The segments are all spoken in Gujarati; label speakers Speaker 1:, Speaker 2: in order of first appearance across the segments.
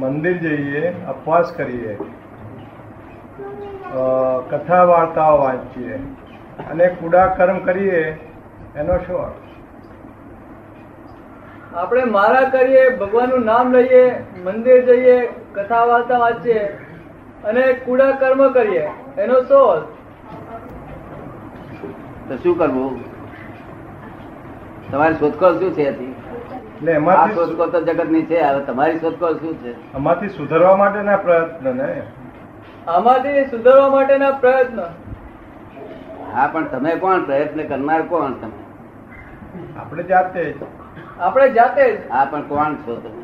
Speaker 1: મંદિર જઈએ ઉપવાસ કરીએ અ, કથા વાર્તાઓ વાંચીએ અને કુડા કર્મ કરીએ એનો શું અર્થ
Speaker 2: આપણે મારા કરીએ ભગવાનનું નામ લઈએ મંદિર જઈએ કથા વાર્તા વાંચીએ અને કુડા કર્મ કરીએ એનો શો અર્થ?
Speaker 3: તો શું કરવું તમારી શોધખોળ શું છે આથી?
Speaker 1: એટલે
Speaker 3: આ
Speaker 1: એમાંથી
Speaker 3: શોધખોળ તો જગતની છે હવે તમારી શોધખોળ શું છે
Speaker 1: આમાંથી સુધરવા માટેના પ્રયત્ન ને
Speaker 2: આમાંથી સુધારવા માટેના પ્રયત્ન
Speaker 3: હા પણ તમે કોણ પ્રયત્ન કરનાર કોણ તમે
Speaker 1: આપણે જાતે જ
Speaker 2: આપણે જાતે જ
Speaker 3: હા પણ કોણ છો તમે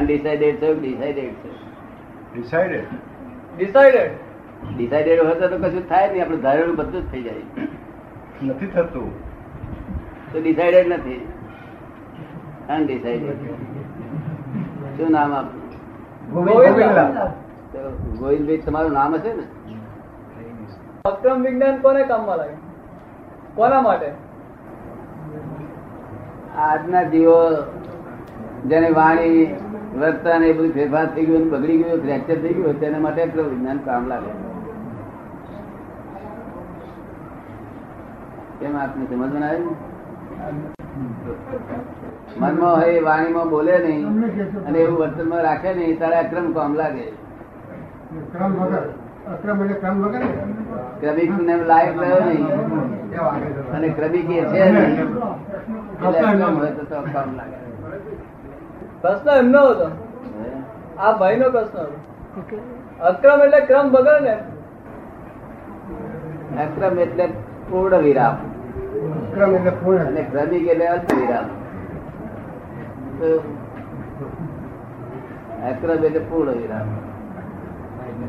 Speaker 3: અનડિસાઇડેડ છો ડિસાઇડેડ છો
Speaker 1: ડિસાઇડેડ
Speaker 2: ડિસાઇડેડ
Speaker 3: ડિસાઇડેડ હોય તો કશું થાય જ નહીં આપણે ધારેલું બધું જ થઈ જાય
Speaker 1: નથી થતું
Speaker 3: તો ડિસાઇડેડ નથી અનડિસાઇડેડ શું નામ આપનું તો ગોવિંદભાઈ તમારું નામ હશે ને
Speaker 2: અક્રમ વિજ્ઞાન કોને કામમાં લાગે કોના માટે
Speaker 3: આજના જીવો જેને વાણી વર્તન એ બધું ફેરફાર થઈ ગયું બગડી ગયું ફ્રેક્ચર થઈ ગયું તેના માટે એટલું વિજ્ઞાન કામ લાગે કેમ આપને સમજમાં આવ્યું મનમાં હોય એ વાણીમાં બોલે નહીં અને એવું વર્તનમાં રાખે નહીં ત્યારે અક્રમ કામ લાગે
Speaker 4: ક્રમ વગર અક્રમ એટલે ક્રમ વગર
Speaker 3: ક્રમિક લાયક રહ્યો નહીં અને ક્રમિક એ છે નહીં એટલે અક્રમ હોય તો તો કામ લાગે
Speaker 2: પ્રશ્ન એમનો હતો
Speaker 3: હે?
Speaker 2: આ ભાઈનો પ્રશ્ન હતો અક્રમ એટલે ક્રમ વગર ને
Speaker 3: અક્રમ એટલે પૂર્ણ વિરામ
Speaker 4: ક્રમ એટલે પૂર્ણ
Speaker 3: અને ક્રમિક એટલે અલ્પ વિરામ તો અક્રમ એટલે પૂર્ણ વિરામ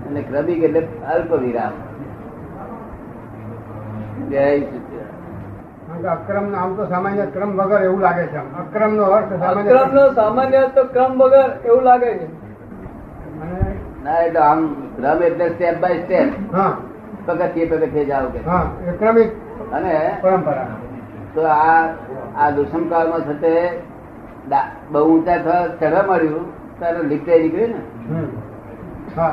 Speaker 3: અને ક્રમિક એટલે અલ્પ વિરામ જય સચ્ચિદાનંદ.
Speaker 4: કારણ કે અક્રમ નો આમ તો સામાન્ય ક્રમ વગર એવું લાગે છે આમ. અક્રમ નો અર્થ સામાન્ય
Speaker 2: અક્રમ નો સામાન્ય અર્થ તો ક્રમ વગર એવું લાગે છે
Speaker 4: અને
Speaker 3: ના એટલે આમ ક્રમ એટલે સ્ટેપ બાય સ્ટેપ
Speaker 4: હા
Speaker 3: પગથિયે પગથિયે જાઓ કે
Speaker 4: હા એ ક્રમિક
Speaker 3: અને
Speaker 4: પરંપરા
Speaker 3: તો આ આ દુષ્મકાળમાં થતે દા- બહુ ઊંચા થવા ચડવા મળ્યું ત્યારે લીપટે નીકળ્યું ને
Speaker 4: હમ. હા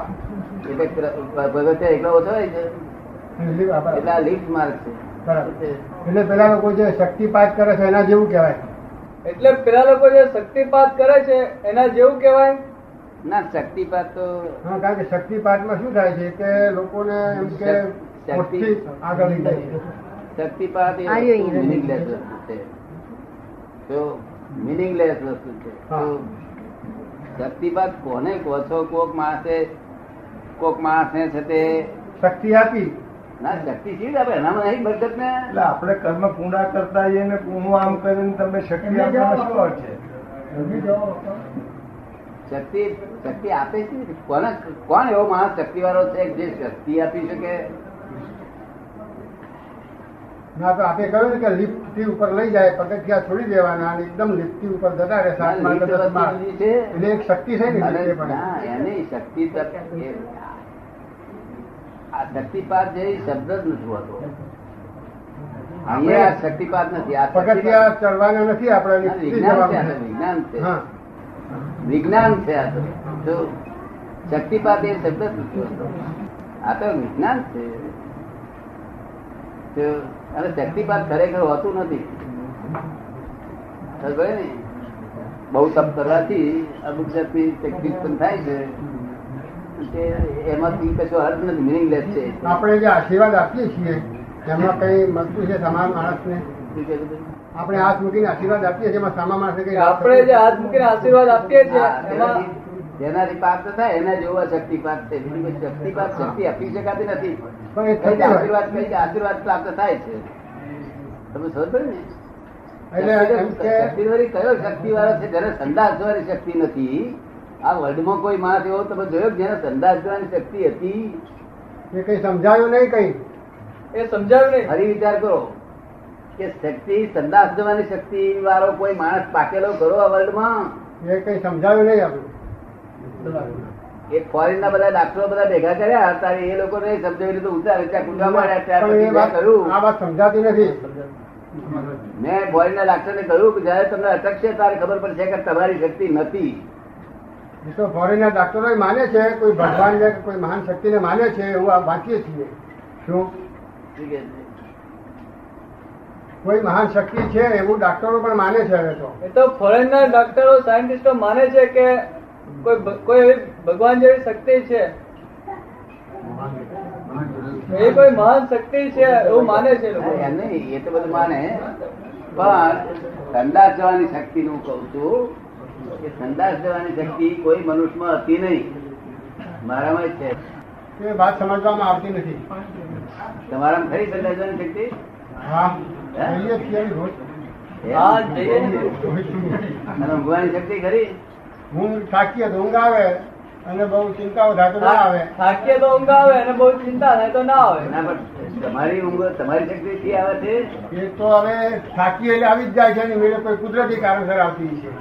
Speaker 3: એટલે ક્ર- પગથિયા એકલો ઓછો હોય છે
Speaker 4: અને લી- આ
Speaker 3: એટલે
Speaker 4: બરાબર.
Speaker 3: આ lift માર્ગ
Speaker 4: બરાબર.
Speaker 3: છે
Speaker 4: એટલે પેલા લોકો જે શક્તિપાત કરે છે એના જેવું કહેવાય
Speaker 2: એટલે પેલા લોકો જે શક્તિપાત કરે છે એના જેવું કહેવાય
Speaker 3: ના શક્તિપાત તો
Speaker 4: હા કારણ કે શક્તિપાતમાં શું થાય છે કે લોકોને એમ કે
Speaker 3: શક્તિ-
Speaker 4: મુઠ્ઠી આગળ લઈ જાય છે.
Speaker 3: શક્તિપાત એ
Speaker 5: આર્યો ઈ
Speaker 3: મિનિંગલેસ વસ્તુ છે તો મિનિંગલેસ વસ્તુ છે તો શક્તિપાત કોને કહો છો કોક માણસે કોક માણસને છે તે
Speaker 4: શક્તિ આપી
Speaker 3: ના શક્તિ ચીજ આપે એનામાં નહીં બરકત ને
Speaker 1: એટલે આપણે કર્મ પૂર્ણા કરતા જઈએ ને હું આમ કરીને તમે શક્તિ આપવાનો શું અર્થ છે
Speaker 3: શક્તિ શક્તિ આપે છે કોને કોણ એવો માણસ શક્તિ વાળો છે જે શક્તિ આપી શકે
Speaker 4: ના તો આપે કહ્યું ને કે લિફ્ટ થી ઉપર લઈ જાય પગથિયા છોડી દેવાના અને એકદમ લિફ્ટ થી ઉપર જતા રહે સાત માળ કે દસ માળ.
Speaker 3: શક્તિ છે
Speaker 4: એટલે એક શક્તિ છે ને
Speaker 3: અરે
Speaker 4: એ પણ.
Speaker 3: ના, એની શક્તિ તક એ- આ શક્તિપાત જેવી શબ્દ જ નથી હોતો અહીંયા આ શક્તિપાત નથી આ
Speaker 4: પગથિયા
Speaker 3: શક્તિપાત-
Speaker 4: ચડવાના નથી આપણે
Speaker 3: આ
Speaker 4: લિફ્ટ થી
Speaker 3: વિજ્ઞાન છે આ તો,
Speaker 4: જવાનું
Speaker 3: વિજ્ઞાન છે
Speaker 4: છે. હા
Speaker 3: વિજ્ઞાન છે આ તો જો શક્તિપાત એ શબ્દ જ નથી હોતો આ તો વિજ્ઞાન છે તો અને શક્તિપાત ખરેખર હોતું નથી ખબર પડી ને બહુ તપ કરવાથી અમુક જાતની શક્તિ ઉત્પન્ન થાય છે તે એમાંથી કશો અર્થ નથી મિનિંગલેસ છે
Speaker 4: આપણે જે આશીર્વાદ આપીએ છીએ એમાં કઈ મળતું છે સામાન્ય માણસને
Speaker 3: શું કહે છે?
Speaker 4: આપણે હાથ મૂકીને આશીર્વાદ આપીએ છીએ એમાં સામાન્ય માણસને કઈ
Speaker 2: કે આપણે જે હાથ મૂકીને આશીર્વાદ આપીએ છીએ
Speaker 3: હા,
Speaker 2: એમાં
Speaker 3: તેનાથી- જેનાથી પાપ ન થાય એના જેવો આ શક્તિપાત છે બીજી કોઈ શક્તિપાત શક્તિ આપી શકાતી નથી
Speaker 4: પણ એ
Speaker 3: કઈ રીતે
Speaker 4: થતી હોય.
Speaker 3: આશીર્વાદ કઈ રીતે આશીર્વાદ પ્રાપ્ત થાય છે તમે સમજ પડી ને
Speaker 4: એટલે એમ કે
Speaker 3: શક્તિવાળી કયો શક્તિ વાળો છે જેને સંદાસ જોવાની શક્તિ નથી આ વર્લ્ડમાં કોઈ માણસ એવો તમે જોયો કે જેને સંદાસ જોવાની શક્તિ હતી
Speaker 4: એ કઈ સમજાયું નહીં કઈ
Speaker 2: એ સમજાયું નહીં
Speaker 3: ફરી વિચાર કરો કે શક્તિ સંદાસ જોવાની શક્તિ વાળો કોઈ માણસ પાકેલો ખરો આ વર્લ્ડમાં
Speaker 4: એ કઈ સમજાયું નહીં આપણું
Speaker 3: એ ફોરેન ના બધા ડાક્ટરો બધા ભેગા કર્યા ત્યારે એ લોકો સમજાવી રીતે ઉતારે ત્યાં કુંડા માર્યા ત્યાર
Speaker 4: પણ
Speaker 3: પછી
Speaker 4: એ
Speaker 3: મેં
Speaker 4: વાત
Speaker 3: કહ્યું
Speaker 4: આ વાત સમજાતી નથી
Speaker 3: મેં બોયના ડાક્ટરને કહ્યું કે જ્યારે તમને અટકશે ત્યારે ખબર પડશે કે તમારી શક્તિ નથી
Speaker 4: એ તો ફોરેનના ડાક્ટરો માને છે કોઈ ભગવાનને કે કોઈ મહાન શક્તિને માને છે એવું આ વાંચીએ છીએ શું
Speaker 3: શું કહે છે?
Speaker 4: કોઈ મહાન શક્તિ છે એવું ડાક્ટરો પણ માને છે હવે તો
Speaker 2: એ તો ફોરેનના ડોક્ટરો સાયન્ટિસ્ટો માને છે કે કોઈ ભ- કોઈ એવી ભગવાન જેવી શક્તિ છે એ કોઈ મહાન શક્તિ છે એવું માને છે એ લોકો.
Speaker 3: ના, એમ નહીં, એ તો બધું માને પણ સંદાસ જવાની શક્તિ નું કઉ છું કે સંદાસ જવાની શક્તિ કોઈ મનુષ્યમાં હતી નહીં મારામાં જ છે
Speaker 4: એ વાત સમજવામાં આવતી નથી
Speaker 3: તમારામાં ખરી સંદાસ જવાની શક્તિ
Speaker 4: હા જોઈએ છીએ એવી રોજ.
Speaker 3: હે?
Speaker 2: હા, જઈએ ને.
Speaker 4: રોજ જોઈએ.
Speaker 3: અને ઊંઘવાની શક્તિ ખરી
Speaker 4: હું થાકીએ તો ઊંઘ આવે અને બહુ ચિંતાઓ થાતો ના આવે
Speaker 2: થાકીએ તો ઊંઘ આવે અને બહુ ચિંતા થાય તો ના આવે
Speaker 3: ના પણ તમારી ઊંઘ તમારી શક્તિ થી આવે છે
Speaker 4: એ તો હવે થાકીએ એટલે આવી જ જાય છે એની મેળે કોઈ કુદરતી કારણસર આવતી છે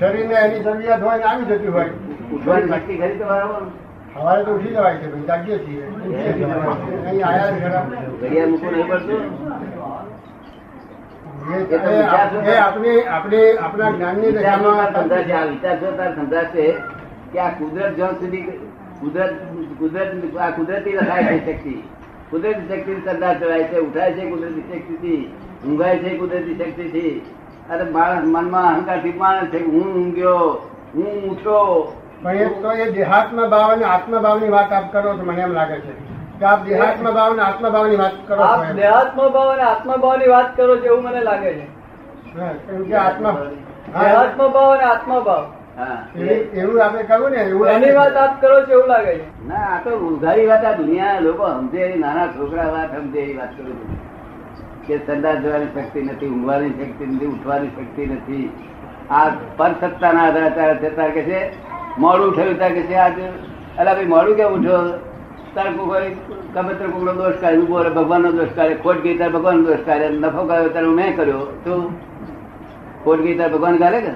Speaker 4: શરીરને એની જરૂરિયાત હોય ને આવી જતી હોય
Speaker 3: ઉઠવાની શક્તિ ખરી તમારામાં
Speaker 4: સવારે તો ઉઠી જવાય છે ભાઈ જાગીએ છીએ ઉઠીએ છીએ અહીં આયા જ ખરા
Speaker 3: ઘડિયાળ મૂકવું નહીં પડતું
Speaker 4: એ તો એ આપ- એ આપણી આપણી આપણા જ્ઞાનની
Speaker 3: વિચારમાં સંધાશે.
Speaker 4: દશામાં
Speaker 3: આ વિચાર જો તાર સંધાશે કે આ કુદરત જ્યાં સુધી કુદરત કુદરત આ કુદરતી લખાય છે શક્તિ કુદરતી શક્તિ સંધાસ જવાય છે ઉઠાય છે કુદરતી શક્તિથી ઊંઘાય છે કુદરતી શક્તિથી અરે માણસ મનમાં અહંકારથી માણસ છે કે હું ઊંઘ્યો હું ઊઠો
Speaker 4: પણ એ તો એ દેહાત્મા ભાવ અને આત્મભાવની વાત આપ કરો છો મને એમ લાગે છે કે આપ દેહાત્મા ભાવ અને આત્મભાવની વાત કરો છો
Speaker 2: આપ
Speaker 4: એમ.
Speaker 2: દેહાત્મભાવ અને આત્મભાવની વાત કરો છો એવું મને લાગે છે
Speaker 4: હા, કેમ કે આત્મા હા,
Speaker 2: દેહાત્મભાવ અને આત્મભાવ
Speaker 3: હા
Speaker 4: એવી- એવું આપણે કહ્યું ને એવું
Speaker 2: એની વાત આપ કરો છો એવું લાગે છે
Speaker 3: ના આ તો ઉઘાડી વાત આ દુનિયા લોકો સમજે એવી નાના છોકરા વાત સમજે એવી વાત કરું છું કે સંદાસ જવાની શક્તિ નથી ઊંઘવાની શક્તિ નથી ઉઠવાની શક્તિ નથી આ પરસત્તાના આધારે તારે છે તારે કે છે મોડું થયું તારે કે છે આજે અલા ભાઈ મોડું કેમ ઉઠ્યો તારે કોઈ ગમે તે કોઈનો દોષ કાઢે ઊભો રહે ભગવાનનો દોષ કાઢે ખોટ ગઈ ત્યારે ભગવાનનો દોષ કાઢે નફો કાઢ્યો ત્યારે મેં કર્યો તો ખોટ ગઈ ત્યારે ભગવાન કાઢે કે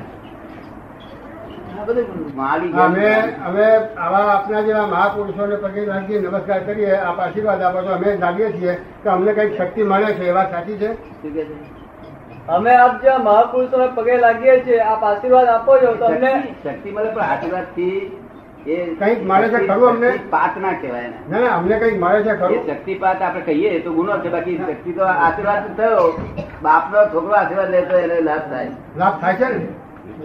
Speaker 3: આ બધું મારી ગયું.
Speaker 4: અમે અમે આવા આપના જેવા મહાપુરુષોને પગે લાગી નમસ્કાર કરીએ આપ આશીર્વાદ આપો તો અમે જાગીએ છીએ કે અમને કંઈક શક્તિ મળે છે એ વાત સાચી છે
Speaker 3: શું કહે છે
Speaker 2: અમે આપ જ્યાં મહાપુરુષોને પગે લાગીએ છીએ આપ આશીર્વાદ આપો છો તો અમને
Speaker 3: શક્તિ શક્તિ મળે પણ આશીર્વાદથી એ
Speaker 4: કંઈક મળે છે ખરું અમને?
Speaker 3: પાત ના કહેવાય એને.
Speaker 4: ના ના અમને કંઈક મળે છે
Speaker 3: એ
Speaker 4: ખરું
Speaker 3: શક્તિપાત આપણે કહીએ તો ગુનો છે બાકી શક્તિ તો આશીર્વાદ તો થયો બાપનો છોકરો આશીર્વાદ લે તો એને લાભ થાય
Speaker 4: લાભ થાય છે ને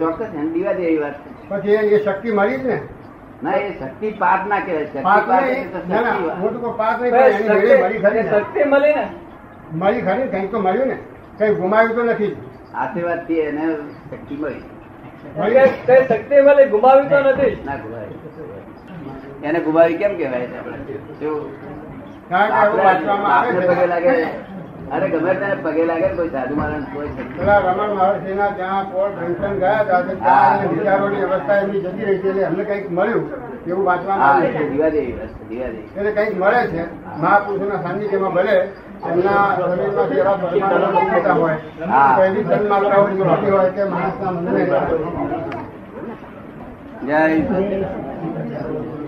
Speaker 3: ચોક્કસ એને દીવા જેવી વાત છે
Speaker 4: પછી એ- એ શક્તિ મળી જ ને
Speaker 3: ના એ શક્તિ પાત ના કહેવાય શક્તિપાત
Speaker 4: પાક નહીં
Speaker 3: એટલે
Speaker 4: ના
Speaker 3: તો
Speaker 4: ના
Speaker 3: શક્તિવાદ.
Speaker 4: હું તો કોઈ પાક નહીં પણ એની મેળે મળી ખરી
Speaker 2: શક્તિ
Speaker 4: ને.
Speaker 2: શક્તિ મળી ને
Speaker 4: મળી ખરી ને, કંઈક તો મળ્યું ને કંઈ ગુમાવ્યું તો નથી
Speaker 3: આશીર્વાદથી એને શક્તિ મળી
Speaker 4: મળી
Speaker 2: કઈ- કઈ શક્તિ મળી ગુમાવી તો નથી
Speaker 3: ના ગુમાવી એને ગુમાવી કેમ કહેવાય છે આપણે? શું?
Speaker 4: કારણ કે એવું વાંચવામાં
Speaker 3: બાપને પગે
Speaker 4: આવે છે
Speaker 3: લાગે અરે ગમે ત્યારે પગે લાગે ને કોઈ સાધુ માણસ કોઈ શક્તિ
Speaker 4: પેલા રમણ મહર્ષિના ત્યાં પોર્ટ જંકશન ગયા હતા તો ત્યાં એના વિચારોની અવસ્થા એમની જતી રહી છે એટલે અમને કંઈક મળ્યું એવું વાંચવામાં
Speaker 3: હા,
Speaker 4: આવે
Speaker 3: એ તો
Speaker 4: છે
Speaker 3: દીવા જેવી વસ્તુ, દીવા જેવી.
Speaker 4: એટલે કંઈક મળે છે મહાપુરુષોના સાનિધ્યમાં ભલે એમના શરીરમાં જેવા પરમાણુ ઉપજતા હોય
Speaker 3: હા.
Speaker 4: તો એવી જન્માત્રાઓ જે હોતી હોય તે માણસના મનને
Speaker 3: જય